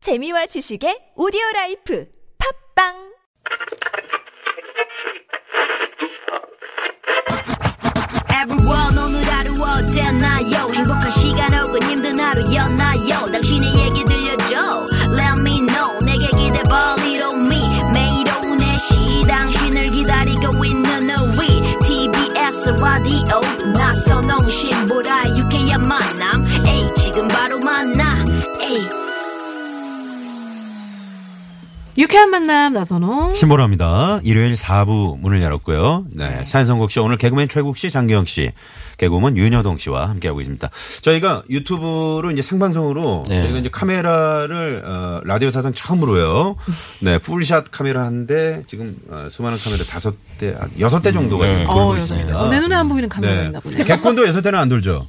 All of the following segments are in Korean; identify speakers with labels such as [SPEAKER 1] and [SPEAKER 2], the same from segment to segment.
[SPEAKER 1] 재미와 지식의 오디오 라이프 팝빵
[SPEAKER 2] Everyone 오늘 하루 어땠나요 행복한 시간 혹은 힘든 하루였나요 당신의 얘기 들려줘 Let me know 내게 기대 벌리로 me 매일 오후 4시 당신을 기다리고 있는 우리 TBS 라디오 나선홍 신보라 유쾌한 만남 에이 지금 바로 만나 에이
[SPEAKER 3] 유쾌한 만남 나선홍.
[SPEAKER 4] 신보라입니다. 일요일 4부 문을 열었고요. 네. 사연성국 씨, 오늘 개그맨 최국 씨, 장기영 씨, 개그우먼 윤여동 씨와 함께하고 있습니다. 저희가 유튜브로 이제 생방송으로
[SPEAKER 5] 네.
[SPEAKER 4] 저희가 이제 카메라를, 어, 라디오 사상 처음으로요. 네. 풀샷 카메라 한 대, 지금 어, 수많은 카메라 다섯 대, 한 여섯 대 정도가 지금 돌고
[SPEAKER 3] 어,
[SPEAKER 4] 있습니다.
[SPEAKER 3] 여성이다. 어, 내 눈에 안 어, 보이는 카메라였나 보네.
[SPEAKER 4] 네. 개콘도 여섯 대는 안 돌죠.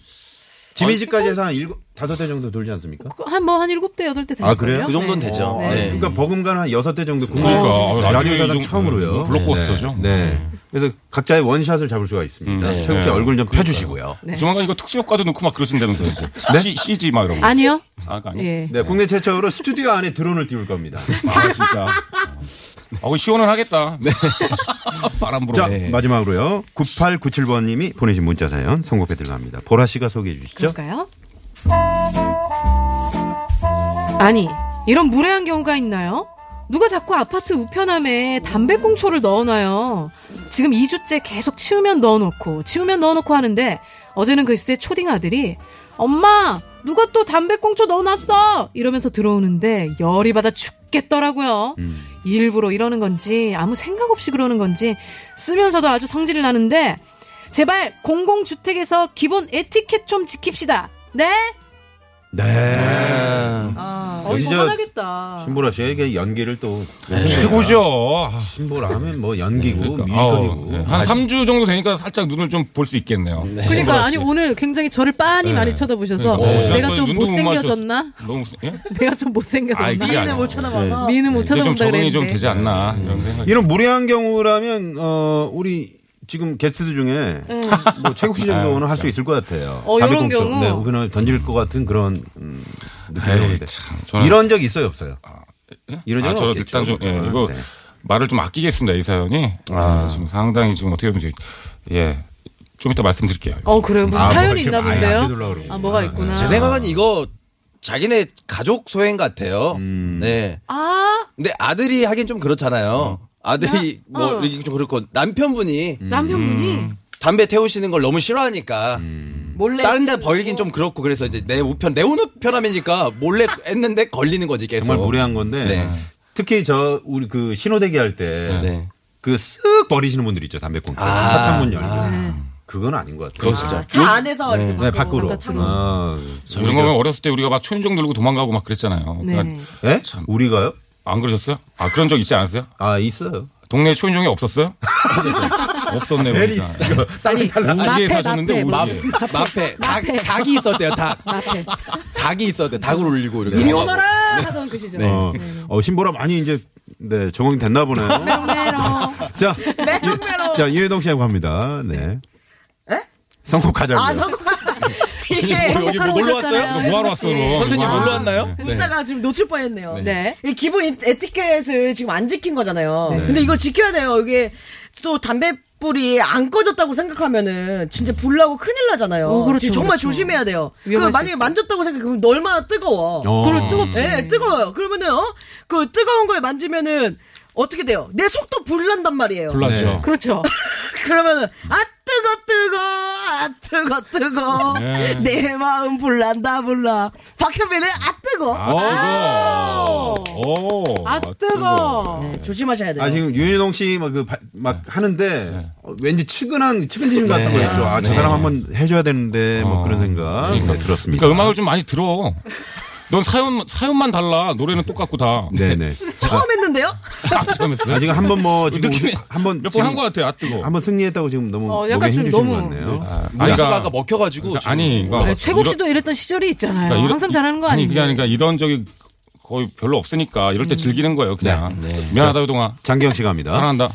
[SPEAKER 4] 지미지까지 해서 한 일곱, 다섯 대 정도 돌지 않습니까?
[SPEAKER 3] 한 뭐 한 일곱 대 여덟 대 되는
[SPEAKER 4] 아, 그래요?
[SPEAKER 3] 거예요?
[SPEAKER 4] 그
[SPEAKER 5] 정도는
[SPEAKER 3] 네.
[SPEAKER 5] 되죠.
[SPEAKER 4] 어,
[SPEAKER 5] 네.
[SPEAKER 4] 그러니까 버금간 한 여섯 대 정도 국내
[SPEAKER 6] 음. 그러니까, 아,
[SPEAKER 4] 라디오
[SPEAKER 6] 라디오에
[SPEAKER 4] 사상
[SPEAKER 6] 좀,
[SPEAKER 4] 처음으로요.
[SPEAKER 6] 음, 블록버스터죠. 음.
[SPEAKER 4] 네. 네. 그래서 각자의 원샷을 잡을 수가 있습니다.
[SPEAKER 5] 네.
[SPEAKER 4] 최국 씨
[SPEAKER 6] 네.
[SPEAKER 4] 얼굴 좀 펴주시고요.
[SPEAKER 3] 네.
[SPEAKER 6] 조만간 이거 특수 효과도 넣고 막 그러신다면서요. 이제.
[SPEAKER 4] 네?
[SPEAKER 6] C, CG 막 이런 거.
[SPEAKER 3] 아니요.
[SPEAKER 6] 아, 그거 아니에요?
[SPEAKER 3] 예.
[SPEAKER 4] 네, 국내 최초로 스튜디오 안에 드론을 띄울 겁니다.
[SPEAKER 6] 아, 진짜. 아, 그 시원하겠다. 바람 불어. 네.
[SPEAKER 4] 자, 네. 마지막으로요. 9897번님이 보내신 문자 사연 선곡해 들어갑니다. 보라 씨가 소개해 주시죠.
[SPEAKER 3] 그럴까요? 아니 이런 무례한 경우가 있나요? 누가 자꾸 아파트 우편함에 담배꽁초를 넣어놔요. 지금 2주째 계속 치우면 넣어놓고 치우면 넣어놓고 하는데 어제는 글쎄 초딩 아들이 엄마 누가 또 담배꽁초 넣어놨어 이러면서 들어오는데 열이 받아 죽겠더라고요. 일부러 이러는 건지 아무 생각 없이 그러는 건지 쓰면서도 아주 성질이 나는데 제발 공공주택에서 기본 에티켓 좀 지킵시다. 네?
[SPEAKER 4] 네.
[SPEAKER 3] 아,
[SPEAKER 4] 여기
[SPEAKER 3] 어이구
[SPEAKER 4] 저
[SPEAKER 3] 화나겠다.
[SPEAKER 4] 신보라 씨가 이게 연기를 또
[SPEAKER 6] 최고죠. 아,
[SPEAKER 4] 신보라 하면 뭐 연기고
[SPEAKER 6] 네. 그러니까.
[SPEAKER 4] 뮤지컬이고
[SPEAKER 6] 아우, 네. 한 3주 정도 되니까 살짝 눈을 좀 볼 수 있겠네요.
[SPEAKER 5] 뭐,
[SPEAKER 3] 그러니까 아니 오늘 굉장히 저를 빤히 많이 쳐다보셔서
[SPEAKER 6] 네.
[SPEAKER 3] 내가
[SPEAKER 6] 어,
[SPEAKER 3] 좀
[SPEAKER 6] 눈도 못
[SPEAKER 3] 못생겨졌나?
[SPEAKER 6] 너무 예?
[SPEAKER 3] 내가 좀 네,
[SPEAKER 6] 아,
[SPEAKER 3] 못생겨졌나?
[SPEAKER 6] 이게 아니야. 네.
[SPEAKER 7] 쳐다봐서
[SPEAKER 3] 미는 못
[SPEAKER 6] 이제 좀
[SPEAKER 3] 쳐다본다
[SPEAKER 6] 적응이 좀
[SPEAKER 3] 그랬는데.
[SPEAKER 6] 되지 않나 이런 생각이.
[SPEAKER 4] 이런 무례한 경우라면 어 우리 지금 게스트 중에 뭐 최국 씨 정도는 할 수 있을 것 같아요.
[SPEAKER 3] 음. 어,
[SPEAKER 4] 담배
[SPEAKER 3] 요런
[SPEAKER 4] 공처.
[SPEAKER 3] 경우.
[SPEAKER 4] 네, 우편을 던질 것 같은 그런 음, 느낌이
[SPEAKER 6] 에이,
[SPEAKER 4] 오는데.
[SPEAKER 6] 참, 저는-
[SPEAKER 4] 이런 적 있어요, 없어요? 이런 적은
[SPEAKER 6] 아, 저는
[SPEAKER 4] 없겠죠.
[SPEAKER 6] 일단 좀 예,
[SPEAKER 4] 아,
[SPEAKER 6] 이거
[SPEAKER 4] 네.
[SPEAKER 6] 말을 좀 아끼겠습니다 이 사연이. 아, 지금 상당히 지금 어떻게 보면 이제, 예. 좀 이따 말씀드릴게요.
[SPEAKER 3] 어 그래요 무슨
[SPEAKER 4] 아, 뭐가
[SPEAKER 3] 사연이
[SPEAKER 4] 지금
[SPEAKER 3] 있나
[SPEAKER 4] 아예 안 뜯으려고
[SPEAKER 3] 본데요?
[SPEAKER 4] 그러는구나.
[SPEAKER 3] 아 뭐가 있구나.
[SPEAKER 5] 제 생각은 이거 자기네 가족 소행 같아요.
[SPEAKER 4] 음.
[SPEAKER 5] 네.
[SPEAKER 3] 아
[SPEAKER 5] 근데 아들이 하긴 좀 그렇잖아요.
[SPEAKER 6] 음.
[SPEAKER 5] 아들이
[SPEAKER 3] 나-
[SPEAKER 5] 뭐
[SPEAKER 3] 어.
[SPEAKER 5] 이게 좀 그렇고 남편분이
[SPEAKER 3] 남편분이
[SPEAKER 6] 음.
[SPEAKER 5] 담배 태우시는 걸 너무 싫어하니까
[SPEAKER 7] 몰래
[SPEAKER 5] 다른 데 버리긴 좀 그렇고 그래서 이제 내 우편 내 우편함이니까 몰래 했는데 걸리는 거지 계속.
[SPEAKER 4] 정말 무례한 건데
[SPEAKER 5] 네.
[SPEAKER 4] 특히 저 우리 그 신호대기 할 때
[SPEAKER 5] 네.
[SPEAKER 4] 그 쓱 버리시는 분들 있죠 담배꽁초
[SPEAKER 5] 아.
[SPEAKER 4] 차 창문 열고
[SPEAKER 3] 네.
[SPEAKER 4] 그건 아닌 것 같아요.
[SPEAKER 5] 그건 진짜.
[SPEAKER 7] 차 안에서 이렇게
[SPEAKER 4] 네
[SPEAKER 7] 밖으로
[SPEAKER 4] 밖으로.
[SPEAKER 3] 바깥으로.
[SPEAKER 4] 아,
[SPEAKER 6] 저 이런 거면 어렸을 때 우리가 막 초인종 들고 도망가고 막 그랬잖아요.
[SPEAKER 3] 네.
[SPEAKER 6] 그러니까
[SPEAKER 4] 예?
[SPEAKER 6] 참.
[SPEAKER 4] 우리가요?
[SPEAKER 6] 안 그러셨어요? 아 그런 적 있지 않았어요?
[SPEAKER 4] 아 있어요.
[SPEAKER 6] 동네 에 초인종이 없었어요? 없었네.
[SPEAKER 4] 베리
[SPEAKER 6] 보니까.
[SPEAKER 4] 예,
[SPEAKER 6] 예.
[SPEAKER 4] 있어요.
[SPEAKER 3] 아니
[SPEAKER 6] 우지에
[SPEAKER 3] 마페, 마페,
[SPEAKER 6] 사셨는데
[SPEAKER 5] 마,
[SPEAKER 6] 우지에.
[SPEAKER 5] 마페 닭, 닭이 있었대요 닭
[SPEAKER 6] 아, 네.
[SPEAKER 3] 마페.
[SPEAKER 5] 닭이 있었대 닭을 울리고 이렇게
[SPEAKER 3] 이리
[SPEAKER 5] 나가고.
[SPEAKER 3] 오너라
[SPEAKER 6] 네.
[SPEAKER 3] 하던 그 시절.
[SPEAKER 4] 어, 어, 신보라 많이 이제 네 적응이 됐나 보네요.
[SPEAKER 6] 아,
[SPEAKER 3] 메롱메롱.
[SPEAKER 4] 자,
[SPEAKER 3] 네,
[SPEAKER 4] 유, 자 유해동 씨하고 갑니다. 네. 선곡 가자고.
[SPEAKER 7] 아 저거 네.
[SPEAKER 5] 뭐 여기
[SPEAKER 7] 이게
[SPEAKER 5] 뭐 놀러 왔어요?
[SPEAKER 3] 오셨잖아요,
[SPEAKER 6] 뭐하러 왔어,
[SPEAKER 3] 혜동 씨.
[SPEAKER 6] 너?
[SPEAKER 5] 선생님
[SPEAKER 6] 와.
[SPEAKER 5] 놀러 왔나요?
[SPEAKER 7] 웃다가 지금 놓칠 뻔했네요.
[SPEAKER 3] 네.
[SPEAKER 7] 이 기본 에티켓을 지금 안 지킨 거잖아요. 근데 이거 지켜야 돼요. 이게 또 담배 불이 안 꺼졌다고 생각하면은 진짜 불나고 큰일 나잖아요.
[SPEAKER 3] 어, 그렇죠,
[SPEAKER 7] 정말
[SPEAKER 3] 그렇죠.
[SPEAKER 7] 조심해야 돼요. 그
[SPEAKER 3] 위험할 수
[SPEAKER 7] 만약에
[SPEAKER 3] 있어요.
[SPEAKER 7] 만졌다고 생각하면 얼마나 뜨거워.
[SPEAKER 4] 어.
[SPEAKER 3] 그걸 뜨겁지.
[SPEAKER 7] 네, 뜨거워요. 그러면은 어? 그 뜨거운 걸 만지면은 어떻게 돼요? 내 속도 불난단 말이에요.
[SPEAKER 4] 네.
[SPEAKER 6] 불나죠.
[SPEAKER 3] 그렇죠.
[SPEAKER 7] 그러면은 아 뜨거 뜨거 아 뜨거 뜨거
[SPEAKER 6] 네.
[SPEAKER 7] 내 마음 불난다 불나 박현빈의 아 뜨거
[SPEAKER 6] 아 뜨거. 오.
[SPEAKER 3] 아 뜨거.
[SPEAKER 7] 네, 조심하셔야 돼요.
[SPEAKER 4] 아 지금 윤여동 씨막 그 막 하는데 어, 왠지 측은한 측은지심 같은 거 있죠. 아 저 사람 한번 해줘야 되는데 뭐 그런 생각 네, 들었습니다.
[SPEAKER 6] 그러니까 음악을 좀 많이 들어. 넌 사연 사연만 달라. 노래는 똑같고 다.
[SPEAKER 4] 네네.
[SPEAKER 7] 처음 했는데요?
[SPEAKER 6] 아, 처음했어요.
[SPEAKER 4] 아 지금 한 번 뭐 지금
[SPEAKER 6] 느낌이
[SPEAKER 4] 한번
[SPEAKER 6] 몇번 한 것 같아. 아 뜨거.
[SPEAKER 4] 한번 승리했다고 지금 너무
[SPEAKER 3] 어,
[SPEAKER 4] 목에
[SPEAKER 3] 약간 좀
[SPEAKER 4] 힘주시는 것
[SPEAKER 3] 너무-
[SPEAKER 4] 같네요.
[SPEAKER 6] 아, 아니,
[SPEAKER 5] 아니,
[SPEAKER 6] 그러니까-
[SPEAKER 5] 아까 먹혀가지고
[SPEAKER 6] 그러니까
[SPEAKER 5] 지금.
[SPEAKER 6] 아니, 그러니까
[SPEAKER 3] 아니, 네, 최국
[SPEAKER 6] 이런-
[SPEAKER 3] 씨도 이랬던 시절이 있잖아요.
[SPEAKER 6] 그러니까 이런-
[SPEAKER 3] 어, 항상 잘하는 거
[SPEAKER 6] 아니
[SPEAKER 3] 아니에요?
[SPEAKER 6] 그게 아니까 이런 적이 거의 별로 없으니까 이럴 때 즐기는 거예요. 그냥 미안하다 효동아.
[SPEAKER 4] 장기영 씨가 합니다.
[SPEAKER 6] 사랑한다.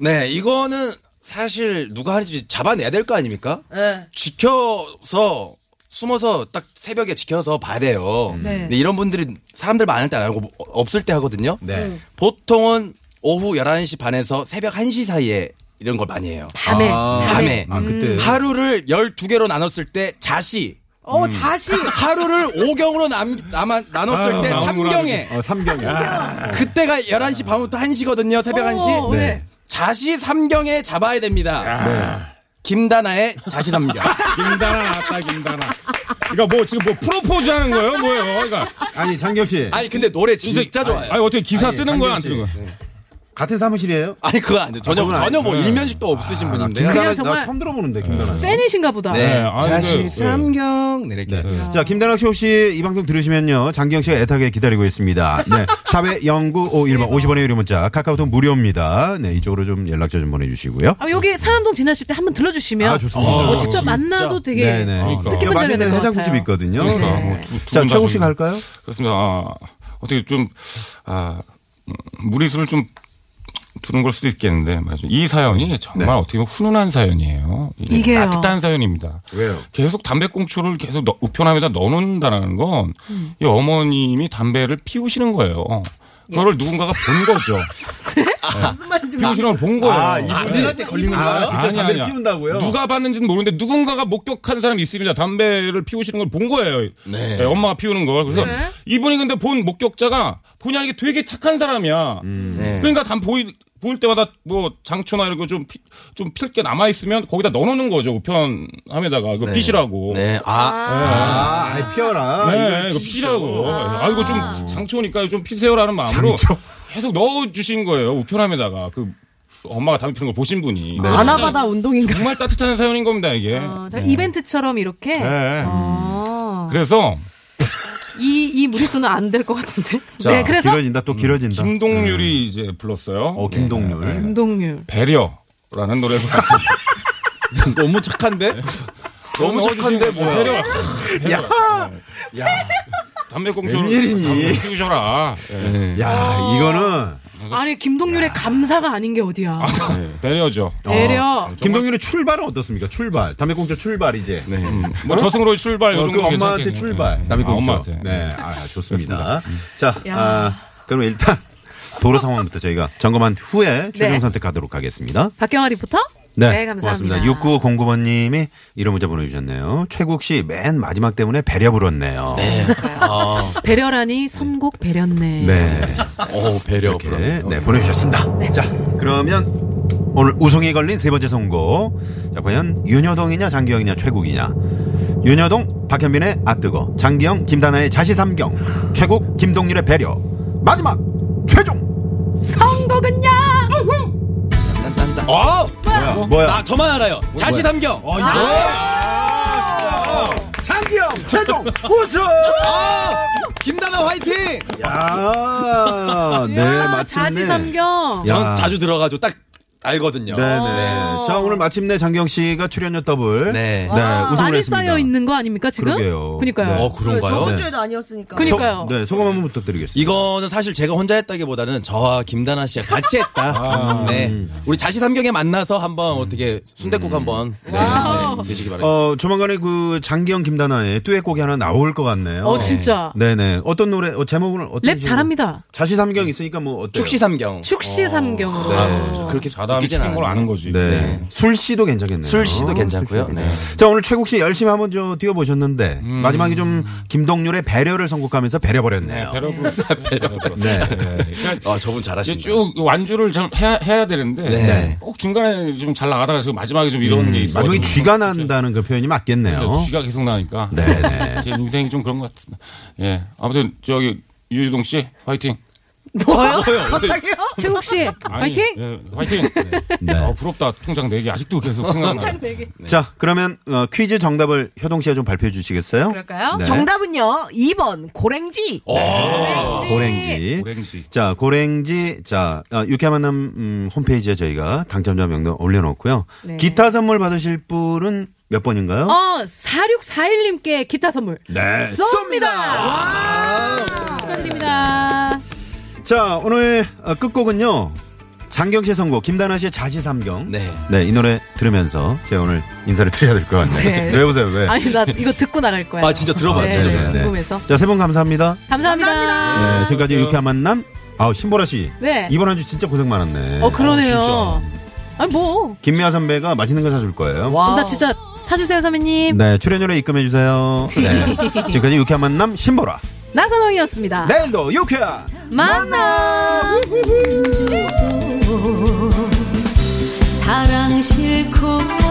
[SPEAKER 5] 네,
[SPEAKER 7] 네.
[SPEAKER 5] 이거는 사실 누가 하는지 잡아내야 될 거 아닙니까?
[SPEAKER 7] 예.
[SPEAKER 5] 지켜서 숨어서 딱 새벽에 지켜서 봐야 돼요.
[SPEAKER 3] 네.
[SPEAKER 5] 근데 이런 분들이 사람들 많을 때 안 하고 어, 없을 때 하거든요.
[SPEAKER 4] 네.
[SPEAKER 5] 보통은 오후 11시 반에서 새벽 1시 사이에 이런 걸 많이 해요. 어,
[SPEAKER 3] 밤에.
[SPEAKER 4] 아,
[SPEAKER 5] 밤에. 음.
[SPEAKER 4] 아, 그때.
[SPEAKER 5] 하루를 12개로 나눴을 때 자시.
[SPEAKER 6] 음.
[SPEAKER 3] 어, 자식.
[SPEAKER 5] 하루를 5경으로 남, 남, 나눴을 때
[SPEAKER 6] 나무라는
[SPEAKER 5] 3경에.
[SPEAKER 4] 어, 삼경이.
[SPEAKER 5] 아. 그때가 11시 밤부터 1시거든요. 새벽
[SPEAKER 3] 어,
[SPEAKER 5] 1시.
[SPEAKER 3] 네.
[SPEAKER 5] 자시 3경에 잡아야 됩니다.
[SPEAKER 4] 네.
[SPEAKER 5] 김다나의 자시 3경.
[SPEAKER 6] 김다나 나왔다 김다나. 이거 뭐 지금 뭐 프로포즈 하는 거예요? 뭐예요? 그러니까
[SPEAKER 4] 아니 장경 씨
[SPEAKER 5] 아니 근데 노래 진짜 좋아요.
[SPEAKER 6] 아니 어떻게 기사
[SPEAKER 4] 아니,
[SPEAKER 6] 뜨는 거야 안
[SPEAKER 4] 장경
[SPEAKER 6] 뜨는 거야?
[SPEAKER 4] 예, 씨. 예. 같은 사무실이에요?
[SPEAKER 5] 아니 그거 안 돼. 전혀
[SPEAKER 4] 그건
[SPEAKER 5] 전혀 뭐
[SPEAKER 6] 아니구나.
[SPEAKER 5] 일면식도 없으신 분인데요.
[SPEAKER 4] 김다나
[SPEAKER 3] 그냥
[SPEAKER 4] 나
[SPEAKER 3] 정말-
[SPEAKER 4] 처음 들어보는데 김다나.
[SPEAKER 3] 팬이신가 보다.
[SPEAKER 5] 네.
[SPEAKER 6] 아, 근데-
[SPEAKER 5] 자시
[SPEAKER 6] 예.
[SPEAKER 5] 3경 네, 이렇게.
[SPEAKER 4] 네. 자, 김다락 씨 혹시 이 방송 들으시면요. 장기영 씨가 애타게 기다리고 있습니다. 네. 샵에 0951번 50원의 유료 문자 카카오톡 무료입니다. 네. 이쪽으로 좀 연락처 좀 보내 주시고요.
[SPEAKER 3] 아, 여기 사암동 지나실 때 한번 들러주시면
[SPEAKER 4] 아, 좋습니다.
[SPEAKER 3] 어,
[SPEAKER 4] 아,
[SPEAKER 3] 직접
[SPEAKER 5] 진짜.
[SPEAKER 3] 만나도 되게
[SPEAKER 4] 네, 네.
[SPEAKER 6] 그러니까.
[SPEAKER 3] 뜻깊은 자리가
[SPEAKER 4] 맛있는
[SPEAKER 3] 될것
[SPEAKER 4] 해장국집
[SPEAKER 3] 같아요.
[SPEAKER 4] 있거든요.
[SPEAKER 6] 그러니까
[SPEAKER 4] 네.
[SPEAKER 6] 뭐두두
[SPEAKER 4] 자,
[SPEAKER 6] 분다
[SPEAKER 4] 최국 씨
[SPEAKER 6] 저기-
[SPEAKER 4] 갈까요?
[SPEAKER 6] 그렇습니다. 아, 어떻게 좀 아, 음, 무리수를 좀 두는 걸 수도 있겠는데 맞아요. 이 사연이 정말 어떻게 보면 훈훈한 사연이에요. 이게
[SPEAKER 3] 이게요.
[SPEAKER 6] 따뜻한 사연입니다.
[SPEAKER 4] 왜요? 계속
[SPEAKER 6] 계속 담배꽁초를 계속 넣- 우편함에다 넣어놓는다는 건 이
[SPEAKER 7] 음.
[SPEAKER 6] 어머님이 담배를 피우시는 거예요. 그거를 누군가가 본 거죠.
[SPEAKER 7] 네?
[SPEAKER 6] 네.
[SPEAKER 7] 무슨 말인지
[SPEAKER 6] 피우시는 걸 본 거예요.
[SPEAKER 5] 이분들한테 걸린
[SPEAKER 4] 아,
[SPEAKER 5] 건가요?
[SPEAKER 4] 진짜 담배를 피운다고요?
[SPEAKER 6] 누가 봤는지는 모르는데 누군가가 목격한 사람이 있습니다. 담배를 피우시는 걸 본 거예요.
[SPEAKER 5] 네.
[SPEAKER 6] 네, 엄마가 피우는 걸. 그래서
[SPEAKER 3] 네.
[SPEAKER 6] 이분이 근데 본 목격자가 본의 아니게 되게 착한 사람이야.
[SPEAKER 5] 네.
[SPEAKER 6] 그러니까 담 보이 보일 때마다 뭐 장초나 이런 거좀좀 필 게 남아 있으면 거기다 넣어놓는 거죠 우편함에다가 그 피시라고.
[SPEAKER 5] 네. 아.
[SPEAKER 4] 아, 아이 피어라.
[SPEAKER 6] 네, 이거 피라고. 아, 이거 좀 장초니까 좀 피세요라는 마음으로
[SPEAKER 4] 장초.
[SPEAKER 6] 계속 넣어주신 거예요. 우편함에다가 그 엄마가 담배 피는 걸 보신 분이.
[SPEAKER 7] 아나바다 아. 운동인가?
[SPEAKER 6] 정말 따뜻한 사연인 겁니다 이게.
[SPEAKER 3] 어, 자,
[SPEAKER 4] 네.
[SPEAKER 3] 이벤트처럼 이렇게.
[SPEAKER 6] 네.
[SPEAKER 3] 어,
[SPEAKER 6] 그래서
[SPEAKER 3] 이, 이 무리수는 안 될 것 같은데.
[SPEAKER 6] 자,
[SPEAKER 3] 네, 그래서
[SPEAKER 4] 길어진다 아, 또 길어진다. 네.
[SPEAKER 6] 김동률이 이제 불렀어요.
[SPEAKER 4] 어, 김동률.
[SPEAKER 3] 운동률.
[SPEAKER 6] 배려라는 노래를 불렀어요.
[SPEAKER 5] 너무 착한데? 너무 착한데 뭐야?
[SPEAKER 6] 배려. 야, 야. 담배꽁초를
[SPEAKER 4] 웬일이니? 네.
[SPEAKER 6] 담배 피우셔라. 예.
[SPEAKER 4] 야, 이거는
[SPEAKER 3] 아니, 김동률의 감사가 아닌 게 어디야.
[SPEAKER 6] 네. 배려죠.
[SPEAKER 3] 배려.
[SPEAKER 4] 김동률의 출발은 어떻습니까? 출발. 담배꽁초 출발 이제.
[SPEAKER 5] 네.
[SPEAKER 6] 뭐 저승으로의 출발
[SPEAKER 4] 어,
[SPEAKER 6] 요정
[SPEAKER 4] 그
[SPEAKER 6] 도
[SPEAKER 4] 엄마한테 출발. 담배 꽁초.
[SPEAKER 6] 엄마한테.
[SPEAKER 4] 네, 아, 좋습니다. 자,
[SPEAKER 3] 야.
[SPEAKER 4] 아, 그럼 일단 도로 상황부터 저희가 점검한 후에 최종
[SPEAKER 3] 네.
[SPEAKER 4] 선택하도록 하겠습니다. 네.
[SPEAKER 3] 박경화 리포터? 네, 감사합니다.
[SPEAKER 4] 고맙습니다. 6909번님이 이런 문자 보내주셨네요. 최국 씨 맨 마지막 때문에 배려 불었네요. 네.
[SPEAKER 3] 배려라니 선곡 배렸네.
[SPEAKER 4] 네.
[SPEAKER 5] 어, 배려
[SPEAKER 4] 이렇게,
[SPEAKER 5] 부럽네.
[SPEAKER 4] 네, 보내주셨습니다. 자, 그러면 오늘 우승에 걸린 세 번째 선곡. 자, 과연 윤여동이냐, 장기영이냐, 최국이냐. 윤여동, 박현빈의 아뜨거, 장기영, 김다나의 자시삼경, 최국, 김동률의 배려. 마지막, 최종!
[SPEAKER 3] 선곡은요?
[SPEAKER 5] 딴딴딴. 어!
[SPEAKER 4] 뭐야? 뭐야?
[SPEAKER 5] 나 저만 알아요. 자시 3경.
[SPEAKER 4] 장기영, 최종, 우승!
[SPEAKER 5] 아! 김다나 화이팅!
[SPEAKER 4] 야, 네,
[SPEAKER 3] 아,
[SPEAKER 4] 마침내.
[SPEAKER 3] 자시삼경.
[SPEAKER 4] 야.
[SPEAKER 5] 전 자주 들어가지고 딱 알거든요.
[SPEAKER 4] 네네. 자, 오늘 마침내 장경 씨가 출연료 더블. 네,
[SPEAKER 5] 네.
[SPEAKER 4] 우승을
[SPEAKER 3] 많이
[SPEAKER 4] 했습니다.
[SPEAKER 3] 쌓여 있는 거 아닙니까 지금?
[SPEAKER 4] 그러게요.
[SPEAKER 3] 그러니까요.
[SPEAKER 4] 네.
[SPEAKER 5] 어, 그런가요?
[SPEAKER 7] 저번
[SPEAKER 5] 네.
[SPEAKER 7] 주에도 아니었으니까.
[SPEAKER 3] 그니- 그러니까요.
[SPEAKER 4] 소, 네, 소감 한번 부탁드리겠습니다.
[SPEAKER 5] 이거는 사실 제가 혼자 했다기보다는 저와 김다나 씨가 같이 했다. 네. 우리 자시 3경에 만나서 한번 어떻게 순대국 한번 네, 네, 드시기 바랍니다.
[SPEAKER 4] 어, 조만간에 그 장기영 김다나의 듀엣곡이 하나 나올 것 같네요.
[SPEAKER 3] 어, 진짜.
[SPEAKER 4] 네네. 어떤 노래, 어, 제목은 어떤
[SPEAKER 3] 랩 잘합니다.
[SPEAKER 4] 자시 삼경 있으니까 뭐 어때요?
[SPEAKER 5] 축시 3경.
[SPEAKER 3] 축시삼경으로.
[SPEAKER 6] 아,
[SPEAKER 5] 그렇게
[SPEAKER 6] 자담이
[SPEAKER 5] 웃기진
[SPEAKER 6] 튀는 네. 걸
[SPEAKER 5] 않아요.
[SPEAKER 6] 아는 거지.
[SPEAKER 4] 네. 술 씨도 괜찮겠네요.
[SPEAKER 5] 술 씨도 괜찮고요.
[SPEAKER 4] 술 씨도
[SPEAKER 5] 네.
[SPEAKER 4] 괜찮아요. 자, 오늘 최국 씨 열심히 한번 저 뛰어보셨는데 마지막에 좀 김동률의 배려를 선곡하면서 배려버렸네요.
[SPEAKER 6] 배려 불
[SPEAKER 4] 네.
[SPEAKER 5] 아, 저분
[SPEAKER 6] 그러니까 이제
[SPEAKER 5] 잘하신다.
[SPEAKER 6] 쭉 완주를 좀 해야, 해야 되는데
[SPEAKER 5] 네.
[SPEAKER 6] 꼭 중간에 좀 잘 나가다가 지금 마지막에 좀 이런 게 있어요.
[SPEAKER 4] 마지막에 쥐가 난다는 그 표현이 맞겠네요.
[SPEAKER 6] 음. 그렇죠. 쥐가 계속 나니까
[SPEAKER 4] 네네.
[SPEAKER 6] 제 인생이 좀 그런 것 같습니다. 예 아무튼 저기 유유동 씨 화이팅.
[SPEAKER 3] 뭐요? 최국 씨 파이팅.
[SPEAKER 6] 아니, 예, 화이팅.
[SPEAKER 4] 네.
[SPEAKER 6] 아, 부럽다 통장 4개 아직도 계속 생각나.
[SPEAKER 3] 네
[SPEAKER 4] 자, 그러면 어, 퀴즈 정답을 효동 씨가 좀 발표해 주시겠어요?
[SPEAKER 3] 그럴까요?
[SPEAKER 4] 네.
[SPEAKER 7] 정답은요. 2번 고랭지.
[SPEAKER 4] 어, 고랭지.
[SPEAKER 6] 고랭지.
[SPEAKER 4] 자, 고랭지. 자, 아, 유쾌한 만남 음, 홈페이지에 저희가 당첨자 명단 올려놓고요.
[SPEAKER 3] 네.
[SPEAKER 4] 기타 선물 받으실 분은 몇 번인가요?
[SPEAKER 3] 어 4641님께 기타 선물
[SPEAKER 4] 네.
[SPEAKER 3] 쏩니다. 축하드립니다.
[SPEAKER 4] 자, 오늘 어, 끝곡은요. 장경 씨의 선곡, 김다나 씨의 자지삼경.
[SPEAKER 5] 네.
[SPEAKER 4] 네, 이 노래 들으면서 제가 오늘 인사를 드려야 될 것 같네요.
[SPEAKER 3] 네.
[SPEAKER 4] 왜 보세요, 왜?
[SPEAKER 3] 아니 나 이거 듣고 나갈 거야.
[SPEAKER 5] 아, 진짜 들어봐요,
[SPEAKER 3] 네,
[SPEAKER 5] 진짜.
[SPEAKER 3] 네,
[SPEAKER 5] 좋아요.
[SPEAKER 4] 네.
[SPEAKER 3] 궁금해서.
[SPEAKER 4] 자, 세 분 감사합니다.
[SPEAKER 3] 감사합니다.
[SPEAKER 4] 네, 지금까지 유쾌한 만남. 아, 신보라 씨.
[SPEAKER 3] 아, 네.
[SPEAKER 4] 이번 한 주 진짜 고생 많았네.
[SPEAKER 3] 어 그러네요.
[SPEAKER 5] 어,
[SPEAKER 3] 아니 뭐.
[SPEAKER 4] 김미아 선배가 맛있는 거 사줄 거예요.
[SPEAKER 3] 그럼 나 진짜 사주세요 선배님.
[SPEAKER 4] 네, 출연료로 입금해 주세요. 네. 지금까지 유쾌한 만남 신보라.
[SPEAKER 3] 나선홍이었습니다.
[SPEAKER 4] 내일도 유쾌한
[SPEAKER 3] 만나.
[SPEAKER 8] 사랑 싫고